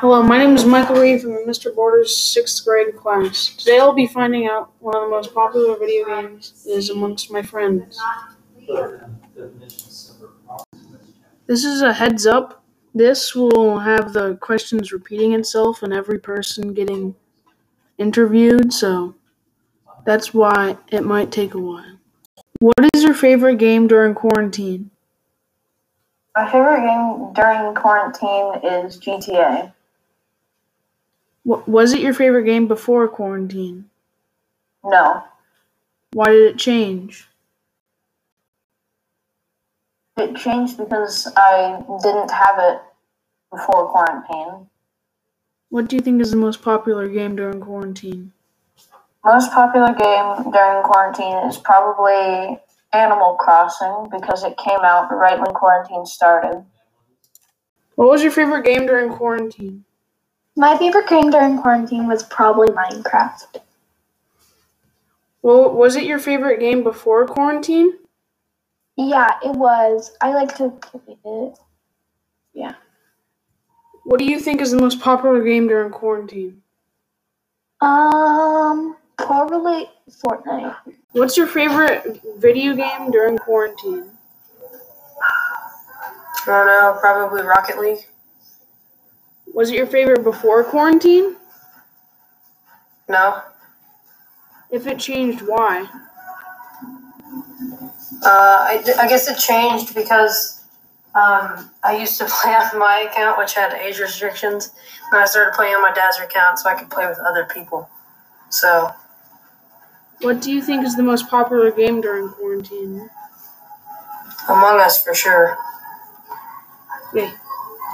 Hello, my name is Michael Reeve from Mr. Border's sixth grade class. Today I'll be finding out one of the most popular video games is amongst my friends. This is a heads up. This will have the questions repeating itself and every person getting interviewed, so that's why it might take a while. What is your favorite game during quarantine? My favorite game during quarantine is GTA. Wa- Was it your favorite game before quarantine? No, Why did it change? it changed because I didn't have it before quarantine. What do you think is the most popular game during quarantine? Most popular game during quarantine is probably Animal Crossing because it came out right when quarantine started. What was your favorite game during quarantine? My favorite game during quarantine was probably Minecraft. Well, was it your favorite game before quarantine? Yeah, it was. I like to play it. What do you think is the most popular game during quarantine? Um, probably Fortnite. What's your favorite video game during quarantine? I don't know, probably Rocket League. Was it your favorite before quarantine? No. If it changed, why? Uh, I, I guess it changed because um, I used to play on my account, which had age restrictions, and I started playing on my dad's account so I could play with other people. So What do you think is the most popular game during quarantine? Among Us for sure. Okay,